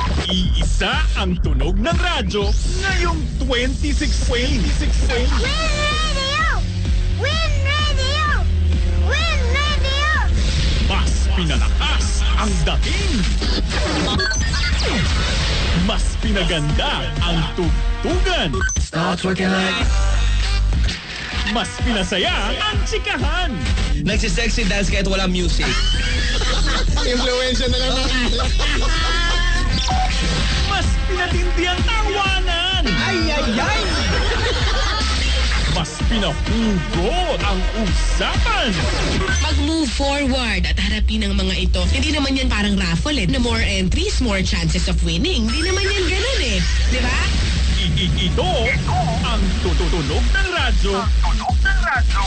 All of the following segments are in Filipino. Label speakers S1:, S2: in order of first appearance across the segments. S1: Nag-iisa ang tunog ng radyo ngayong 26 26
S2: Win Radio! Win Radio! Win Radio!
S1: Mas pinalakas ang dating. Mas pinaganda ang tugtugan.
S3: Starts working like
S1: Mas pinasaya ang chikahan.
S4: Nagsisexy dance kahit wala music.
S5: Influensya na lang.
S1: Mas pinatindi ang tawanan.
S4: Ay, ay, ay!
S1: Mas pinahugot ang usapan.
S6: Mag-move forward at harapin ang mga ito. Hindi naman yan parang raffle eh. Na more entries, more chances of winning. Hindi naman yan ganun eh. Di ba?
S1: I- i- ito ang tutunog ng radyo.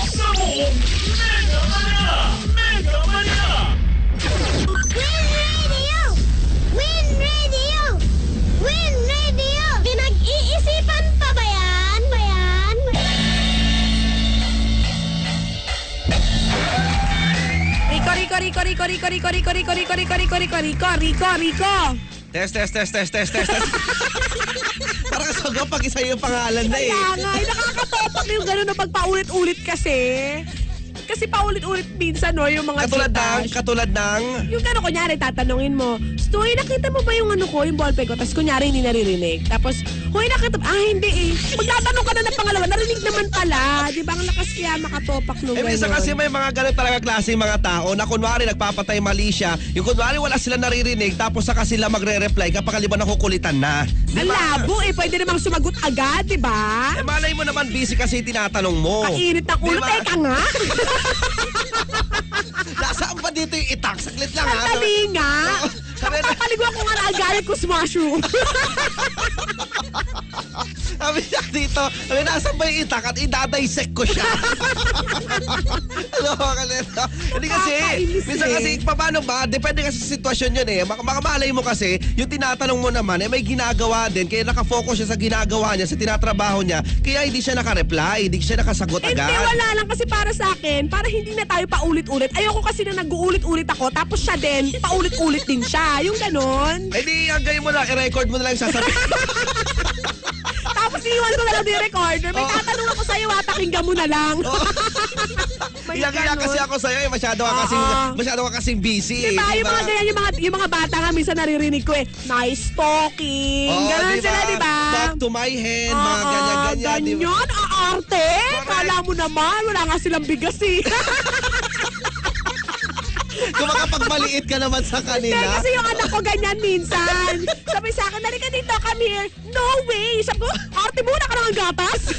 S1: Sa buong Mega Manila! Mega Manila!
S2: Win Radio! Win Radio! Win Radio! Pinag-iisipan pa ba yan? Ba yan?
S7: Rico, Rico, Rico, Rico, Rico, Rico, Rico, Rico, Rico, Rico, Rico, Rico, Rico, Rico, Rico.
S4: Test, test, test, test, test, test. Parang kasagap pag isa yung pangalan na eh.
S7: Kaya nga, eh, nakakatopak yung gano'n na pagpaulit-ulit kasi. Kasi paulit-ulit minsan, no, yung mga
S4: Katulad ng,
S7: Gcash.
S4: katulad ng...
S7: Yung gano'n, kunyari, tatanungin mo, Stoy, nakita mo ba yung ano ko, yung ballpen ko? Tapos kunyari, hindi naririnig. Tapos, Hoy, nakita Ah, hindi eh. Magtatanong ka na ng pangalawa, narinig naman pala. Di ba, ang lakas kaya makatopak nung
S4: Eh, minsan
S7: gano'n.
S4: kasi may mga ganun talaga klase yung mga tao na kunwari nagpapatay mali siya. Yung kunwari wala sila naririnig tapos saka sila magre-reply kapag aliba nakukulitan na.
S7: Ang labo eh, pwede namang sumagot agad, di ba?
S4: Eh, malay mo naman busy kasi yung tinatanong mo.
S7: Kainit ang ulo,
S4: Diba?
S7: teka nga.
S4: Nasaan ba dito yung itak? Saglit lang ha.
S7: Tabi nga.
S4: Sabi na,
S7: Kapaliguan ko nga na agalit ko sa mushroom.
S4: sabi niya dito, sabi nasaan ba yung itak at idadisect ko siya. Ano mga kalito? Hindi kasi,
S7: Nakakainis
S4: minsan
S7: eh.
S4: kasi, paano ba? Depende kasi sa sitwasyon yun eh. Mak- makamalay mo kasi, yung tinatanong mo naman, eh may ginagawa din. Kaya nakafocus siya sa ginagawa niya, sa tinatrabaho niya. Kaya hindi siya nakareply, hindi siya nakasagot
S7: Hindi,
S4: agad.
S7: wala lang kasi para sa akin. Para hindi na tayo paulit-ulit. Ayoko kasi na nag-uulit-ulit ako. Tapos siya din, paulit-ulit din siya. Yung ganon.
S4: Eh di, ang ganyan mo lang, i-record mo na lang yung sasabihin.
S7: Tapos iwan ko na lang yung recorder. May
S4: Oo.
S7: tatanong ako sa'yo, at pakinggan mo na lang. May
S4: Oh. Iyak-iyak
S7: ganon.
S4: kasi ako sa'yo eh. Masyado ka
S7: Oo.
S4: kasing, masyado ka kasing busy
S7: Diba?
S4: eh.
S7: Yung mga ganyan, yung mga, yung mga bata nga, minsan naririnig ko eh, nice talking.
S4: Oo,
S7: ganon
S4: diba?
S7: sila, diba?
S4: Back to my head, mga
S7: Oo,
S4: ganyan-ganyan. di ba?
S7: Ah, Ganyan, aarte.
S4: Correct.
S7: Kala mo naman, wala nga silang bigas eh.
S4: Kung makapagmaliit ka naman sa kanila.
S7: Hindi, kasi yung anak ko ganyan minsan. Sabi sa akin, dali ka dito, come here. No way! Sabi ko, arte muna ka lang ang gatas.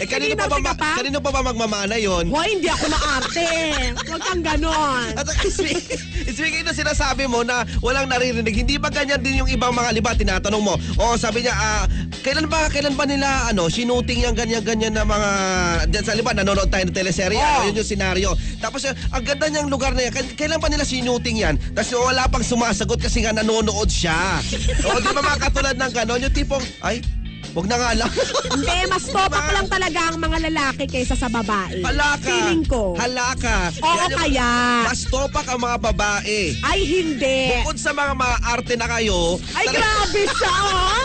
S4: Eh, kanino pa
S7: Nanginarty
S4: ba,
S7: ka pa?
S4: kanino pa ba magmamana yun?
S7: Hoy, hindi ako maarte. Huwag kang ganon.
S4: At speaking, speaking na sinasabi mo na walang naririnig, hindi ba ganyan din yung ibang mga liba? Tinatanong mo, o sabi niya, ah, kailan ba, kailan ba nila, ano, sinuting yung ganyan-ganyan na mga, dyan sa liba, nanonood tayo ng teleserye, ano, yun yung senaryo. Tapos, eh, ang ganda niyang lugar na yan, Kail- kailan ba nila sinuting yan? Tapos wala pang sumasagot kasi nga nanonood siya. o, di ba mga katulad ng ganon, yung tipong, ay, wag na nga lang.
S7: Hindi, mas topak lang talaga ang mga lalaki kaysa sa babae.
S4: Halaka.
S7: Feeling ko.
S4: Halaka.
S7: Oo
S4: Yan yung-
S7: kaya.
S4: Mas topak ang mga babae.
S7: Ay, hindi.
S4: Bukod sa mga maarte na kayo,
S7: Ay,
S4: talaga-
S7: grabe siya, oh!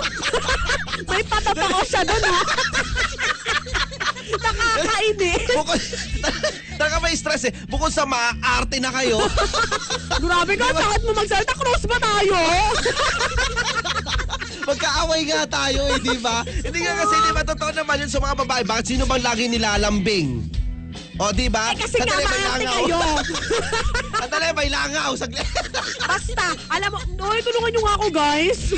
S7: May patapako siya doon, ha? Nakakainis.
S4: bukod, talaga may stress eh. Bukod sa maarte na kayo,
S7: Grabe ka, takot mo magsalita. Cross ba tayo?
S4: magkaaway nga tayo eh, di ba? Hindi nga kasi, di ba, totoo naman yun sa mga babae. Bakit sino bang lagi nilalambing? O, di ba?
S7: Eh, kasi nga,
S4: Sandali, may
S7: maarte
S4: langaw.
S7: kayo.
S4: Sandali, may langaw. Saglit.
S7: Basta, alam mo, Noy, tulungan nyo nga ako, guys.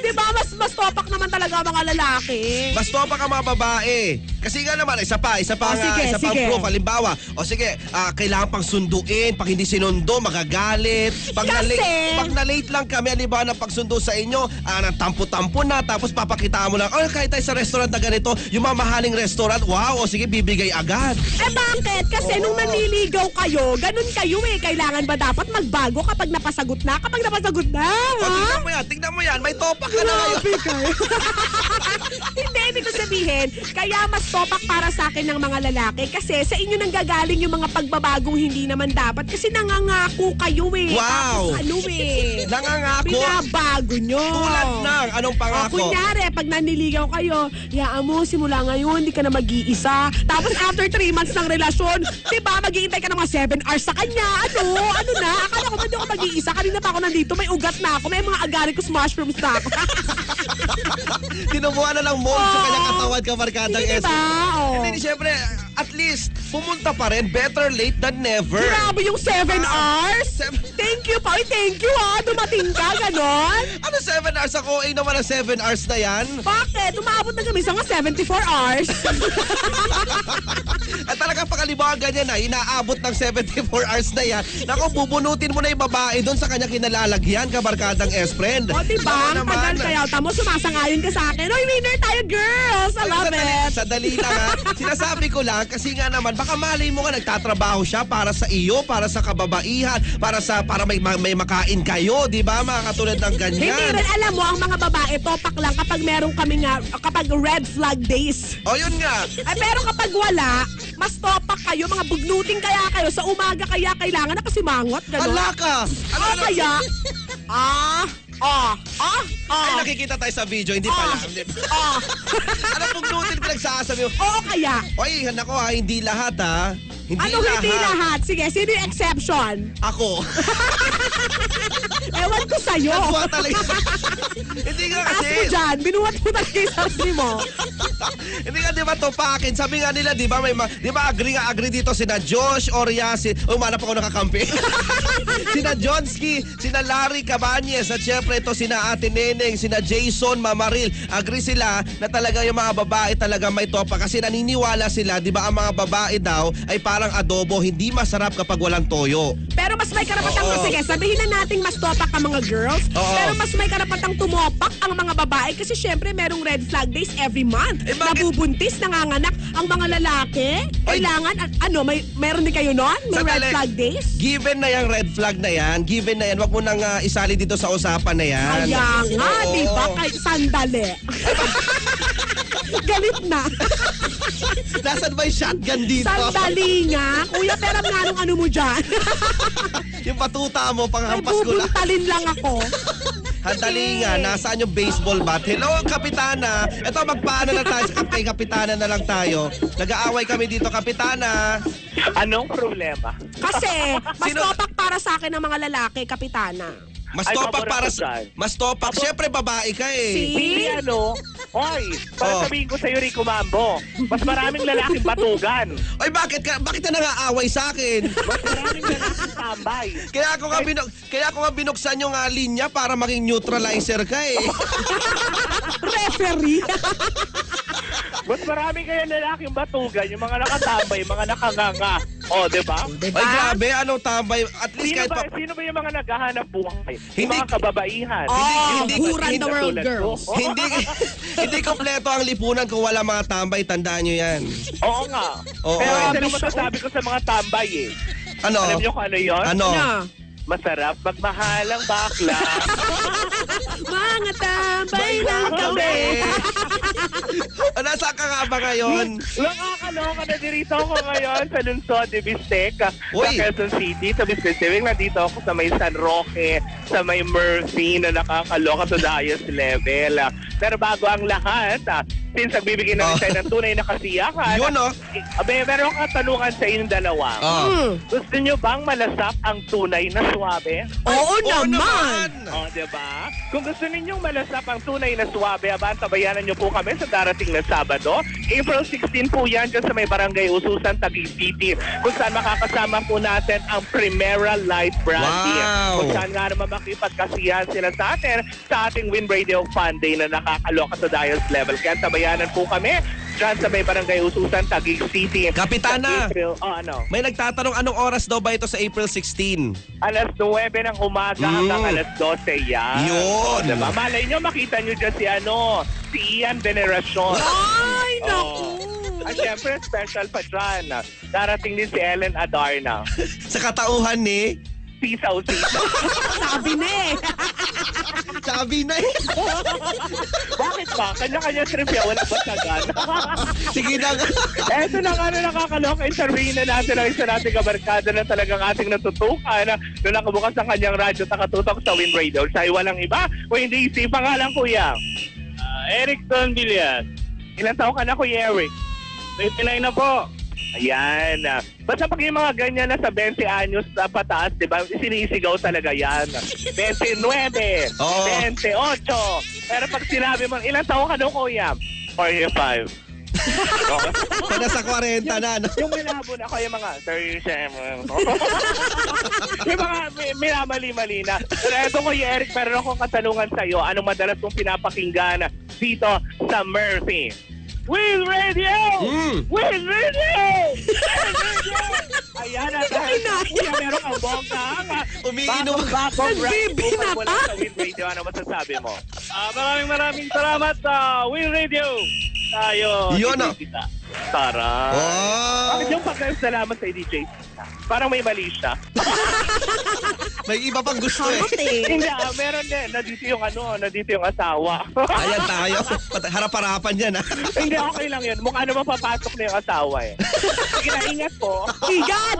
S7: Di ba, mas, mas topak naman talaga ang mga lalaki.
S4: Mas topak ang mga babae. Kasi nga naman, isa pa, isa pa nga,
S7: O, Oh, sige,
S4: isa pa ang
S7: sige.
S4: proof. Halimbawa, o sige, ah, kailangan pang sunduin. Pag hindi sinundo, magagalit. Pag
S7: Kasi-
S4: nalate, pag nalate lang kami, halimbawa na pagsundo sa inyo, ah, nang tampo-tampo na, tapos papakita mo lang, oh, kahit tayo sa restaurant na ganito, yung mamahaling restaurant, wow, o sige, bibigay agad.
S7: Eh bakit? Kasi nung nanliligaw kayo, ganun kayo eh. Kailangan ba dapat magbago kapag napasagot na? Kapag napasagot na,
S4: O,
S7: ha?
S4: Ano tingnan mo yan, tingnan mo yan, may topak ka na ngayon.
S7: Grabe kayo. Ano? Hindi, ibig ko sabihin, sabihin, kaya mas topak para sa akin ng mga lalaki kasi sa inyo nang gagaling yung mga pagbabagong hindi naman dapat kasi nangangako kayo eh.
S4: Wow!
S7: Tapos ano eh.
S4: Nangangako.
S7: Binabago nyo.
S4: Tulad ng anong
S7: O,
S4: pangako?
S7: kunyari, pag naniligaw kayo, yaan mo, simula ngayon, hindi ka na mag-iisa. Tapos after 3 months ng relasyon, di ba, maghihintay ka ng mga 7 hours sa kanya. Ano? Ano na? Akala ko ba di ako mag-iisa? Kanina pa ako nandito, may ugat na ako, may mga agaricus mushrooms na ako.
S4: Tinubuan na lang mo sa
S7: Oo.
S4: kanyang katawan ka barkadang
S7: Hindi,
S4: SM.
S7: diba? Oo.
S4: And then, syempre, at least, pumunta pa rin. Better late than never.
S7: Grabe yung 7 hours.
S4: Ah. Seven-
S7: Thank you pa. Uy, thank you ha. Dumating ka, ganon.
S4: Ano 7 hours ako? Eh naman ang 7 hours na yan.
S7: Bakit? Umabot na kami sa mga 74 hours.
S4: At talagang pakalibahan ganyan na, inaabot ng 74 hours na yan. Naku, bubunutin mo na yung babae doon sa kanya kinalalagyan, kabarkadang S-friend.
S7: o, diba?
S4: Ako
S7: Ang
S4: naman.
S7: tagal kaya. Tamo, sumasangayon ka sa akin. Uy, winner tayo, girls. I love
S4: Sandali-
S7: it.
S4: Sandali lang ha. Sinasabi ko lang kasi nga naman baka malay mo nga nagtatrabaho siya para sa iyo, para sa kababaihan, para sa para may may makain kayo, 'di ba? Mga katulad ng
S7: Hindi
S4: ganyan.
S7: rin alam mo, ang mga babae, topak lang kapag meron kami nga, kapag red flag days.
S4: O yun nga.
S7: Ay, pero kapag wala, mas topak kayo, mga bugnuting kaya kayo, sa umaga kaya kailangan na kasi mangot, gano'n.
S4: Ala ka. Ano
S7: Ah, kaya, ah, ah, ah,
S4: Ay,
S7: ah,
S4: nakikita tayo sa video, hindi
S7: ah,
S4: pala.
S7: ah,
S4: Ano pong nutin pinagsasabi mo?
S7: oo kaya.
S4: Oy, nako ha, hindi lahat ha. Hindi
S7: Ano hindi lahat? Sige, sino yung exception?
S4: Ako.
S7: Ewan ko sa'yo.
S4: Buwan talaga. hindi nga
S7: Taas mo
S4: kasi.
S7: dyan, binuhat mo talaga yung sarili mo.
S4: Hindi nga, di ba, topakin. Sabi nga nila, di ba, may ma- di ba, agree nga, agree dito sina Josh Oria, si, umanap ako nakakampi. sina Jonski, sina Larry Cabanez, at syempre ito sina Ate Neneng, sina Jason Mamaril. Agree sila na talaga yung mga babae talaga may topa kasi naniniwala sila, di ba, ang mga babae daw ay parang adobo, hindi masarap kapag walang toyo.
S7: Pero mas may karapatang,
S4: Oo.
S7: sige, sabihin na nating mas topak ang mga girls,
S4: Oo.
S7: pero mas may karapatang tumopak ang mga babae kasi syempre merong red flag days every month.
S4: Eh, bakit-
S7: Nabubuntis, nanganganak ang mga lalaki.
S4: Ay.
S7: Kailangan, an- ano, may, meron din kayo noon? May red
S4: Sandali.
S7: flag days?
S4: Given na yung red flag na yan, given na yan, wag mo nang ah, isali dito sa usapan na yan.
S7: Kaya nga,
S4: Oo.
S7: di ba? Kahit sandali. Galit na.
S4: Nasaan ba yung shotgun dito?
S7: Diba? Sandali nga. Kuya, pero nga nung ano mo dyan.
S4: Yung patuta mo,
S7: May
S4: panghampas ko lang.
S7: bubuntalin lang ako.
S4: Handali nga, nasaan yung baseball bat? Hello, Kapitana! Ito, magpaano na tayo sa kapitay Kapitana na lang tayo. Nag-aaway kami dito, Kapitana.
S3: Anong problema?
S7: Kasi, mas
S4: Sino-
S7: topak para sa akin ng mga lalaki, kapitana.
S4: Mas
S3: Ay,
S4: topak
S3: pabor
S4: para
S3: ako
S4: sa...
S3: dyan.
S4: Mas topak. Siyempre, babae ka eh.
S3: Hindi
S7: See?
S3: ano, oy, para
S4: Oh.
S3: sabihin ko sa'yo, Rico Mambo, mas maraming lalaking batugan.
S4: Ay, bakit ka, bakit ka nang-aaway sa akin?
S3: Mas maraming lalaking tambay.
S4: Kaya ako nga, binu- kaya ako nga binuksan yung ah, linya para maging neutralizer ka eh.
S7: Referee.
S3: Mas maraming kaya lalaking batugan, yung mga nakatambay, yung mga nakanganga. O, di ba?
S4: Ay, grabe, anong tambay. At least
S3: Sino
S4: kahit
S3: ba,
S4: pa...
S3: sino ba yung mga naghahanap buhay? Yung
S4: Hindi-
S3: mga kababaihan.
S7: oh,
S4: hindi-
S7: who ran the
S3: Katulad
S7: world,
S3: ko.
S7: girls?
S3: Oo.
S4: hindi hindi kompleto ang lipunan kung wala mga tambay, tandaan nyo yan.
S3: Oo nga.
S4: Oo.
S3: Pero
S4: Grabe
S3: isa lang masasabi ko sa mga tambay eh.
S4: Ano?
S3: Alam niyo kung ano yun?
S4: Ano?
S7: Na,
S3: Masarap magmahal ang bakla.
S7: mga tambay ng kami.
S3: kami.
S4: Ah, Nasa ka nga ba ngayon?
S3: Nakakaloka na dirito ako ngayon sa lungsod de Bistec, sa
S4: Uy.
S3: Quezon City, sa Bistec. Nandito ako sa may San Roque, sa may Mercy na nakakaloka sa Dayas level. Ah, Pero bago ang lahat, ah, since nagbibigay na
S4: Oh.
S3: rin tayo ng tunay na kasiyakan,
S4: Yun, oh.
S3: eh, abe, meron kang tanungan sa inyong dalawa.
S7: Hmm.
S4: Oh.
S3: Gusto nyo bang malasap ang tunay na swabe?
S7: Oo
S4: Oo
S7: naman.
S3: O, di ba? Kung gusto ninyong malasap ang tunay na suwabe, aban, tabayanan niyo po kami sa darating na Sabado. April 16 po yan dyan sa may barangay Ususan, Taguig City, kung saan makakasama po natin ang Primera Light Brandy.
S4: Wow!
S3: Kung saan nga naman makipagkasiyahan sila sa atin sa ating Win Radio Fun Day na nakakaloka sa Dials level. Kaya tabayanan po kami dyan sa may barangay Ususan, Taguig City.
S4: Kapitana!
S3: Sa April, oh, ano?
S4: May nagtatanong anong oras daw ba ito sa April 16?
S3: Alas 9 ng umaga
S4: Mm.
S3: hanggang alas 12 yan.
S4: Yun.
S3: O, diba? Malay nyo, makita nyo dyan si ano, si Ian Veneracion.
S7: Ay,
S3: Oo.
S7: naku.
S3: At
S7: Oh.
S3: syempre, special pa dyan. Darating din si Ellen Adarna.
S4: Sa katauhan ni
S3: Peace out, peace out.
S7: Sabi na eh.
S4: sa Sinabi na eh.
S3: Bakit ba? Kanya-kanya trip yan. Wala ba tagan?
S4: Sige na nga.
S3: Eto na nga na nakakaloka. Interviewin na natin ang isa nating kabarkada na talagang ating natutukan na nung nakabukas ang kanyang radyo at nakatutok sa Win Radio. Sa'yo walang iba o hindi si pangalan kuya.
S1: Erickson Ah, Villas.
S3: Ilan taong ka na kuya Eric?
S1: 29 na po.
S3: Ayan. Basta pag yung mga ganyan na sa 20 anyos na pataas, di ba? Sinisigaw talaga yan. 29,
S4: Oo.
S3: 28. Pero pag sinabi mo, ilang taon ka daw, kuya? 45.
S4: Sana sa 40 na. no?
S3: yung minabon ako yung mga 37. yung mga mi- minamali-mali na. Pero eto ko, Eric, meron akong katanungan sa'yo. Anong madalas kong pinapakinggan dito sa Murphy? With Radio!
S4: Mm.
S3: With Radio! With Radio! Ayan na dahil sa kuya meron kang bongga.
S4: Umiinom.
S3: Bakong
S7: Nagbibina
S3: Wala
S7: pa.
S3: sa With Radio. Ano masasabi mo?
S1: Ah, maraming maraming salamat sa Win Radio. Tayo.
S4: Yun na.
S1: kita.
S3: Tara.
S4: Oh,
S3: Bakit yung pagkasalamat sa DJ? Parang may mali siya.
S4: may iba pang gusto eh.
S3: Hindi, ah, meron din. Nandito yung ano, nandito yung asawa.
S4: Ayan tayo. Pat- Harap-harapan yan ah.
S3: Hindi, okay lang yun. Mukha naman papasok na yung asawa eh. Sige na, ingat po.
S7: Higad!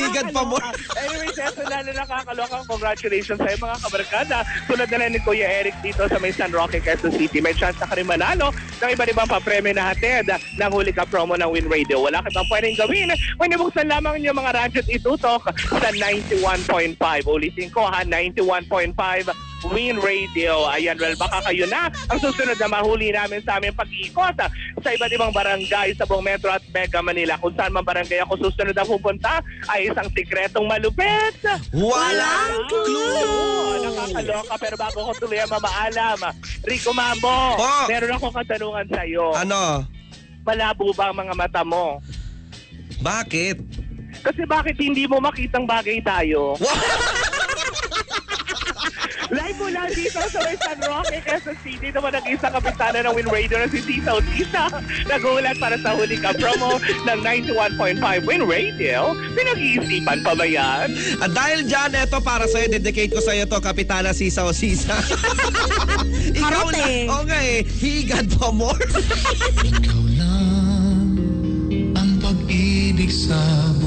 S4: Higad pa mo.
S3: Anyway, Seso, lalo nakakalokang congratulations sa'yo mga kabarkada. Tulad na lang ni Kuya Eric dito sa may San Roque, Quezon City. May chance na ka rin manalo ng iba't ibang papremyo na hatid ng huli ka promo ng Win Radio. Wala ka pang pwedeng gawin. Kung nabuksan lamang niyo mga radyo at itutok sa 91.5. Ulitin ko ha, 91.5 Win Radio. Ayan, well, baka kayo na ang susunod na mahuli namin sa aming pag-iikot ah, sa iba't ibang barangay sa buong Metro at Mega Manila. Kung saan man barangay ako susunod na pupunta ay isang sikretong malupit.
S4: Walang
S3: Oo,
S4: clue!
S3: nakakaloka. Pero bago ko tuloy ang mamaalam, ah, Rico Mambo,
S4: Po.
S3: meron akong katanungan sa'yo.
S4: Ano?
S3: Malabo ba ang mga mata mo?
S4: Bakit?
S3: Kasi bakit hindi mo makitang bagay tayo?
S4: Wow!
S3: Live mula dito sa may San Roque, Quezon City, naman ang isang kapitana ng Win Radio na si Tita Tita. Nagulat para sa huli ka promo ng 91.5 Win Radio. Pinag-iisipan pa ba yan?
S4: At dahil dyan, eto para sa'yo, dedicate ko sa'yo to, Kapitana Sisa o Sisa. Ikaw
S7: Harot eh.
S4: Oo nga eh, higad pa more.
S8: Ikaw lang ang pag-ibig sa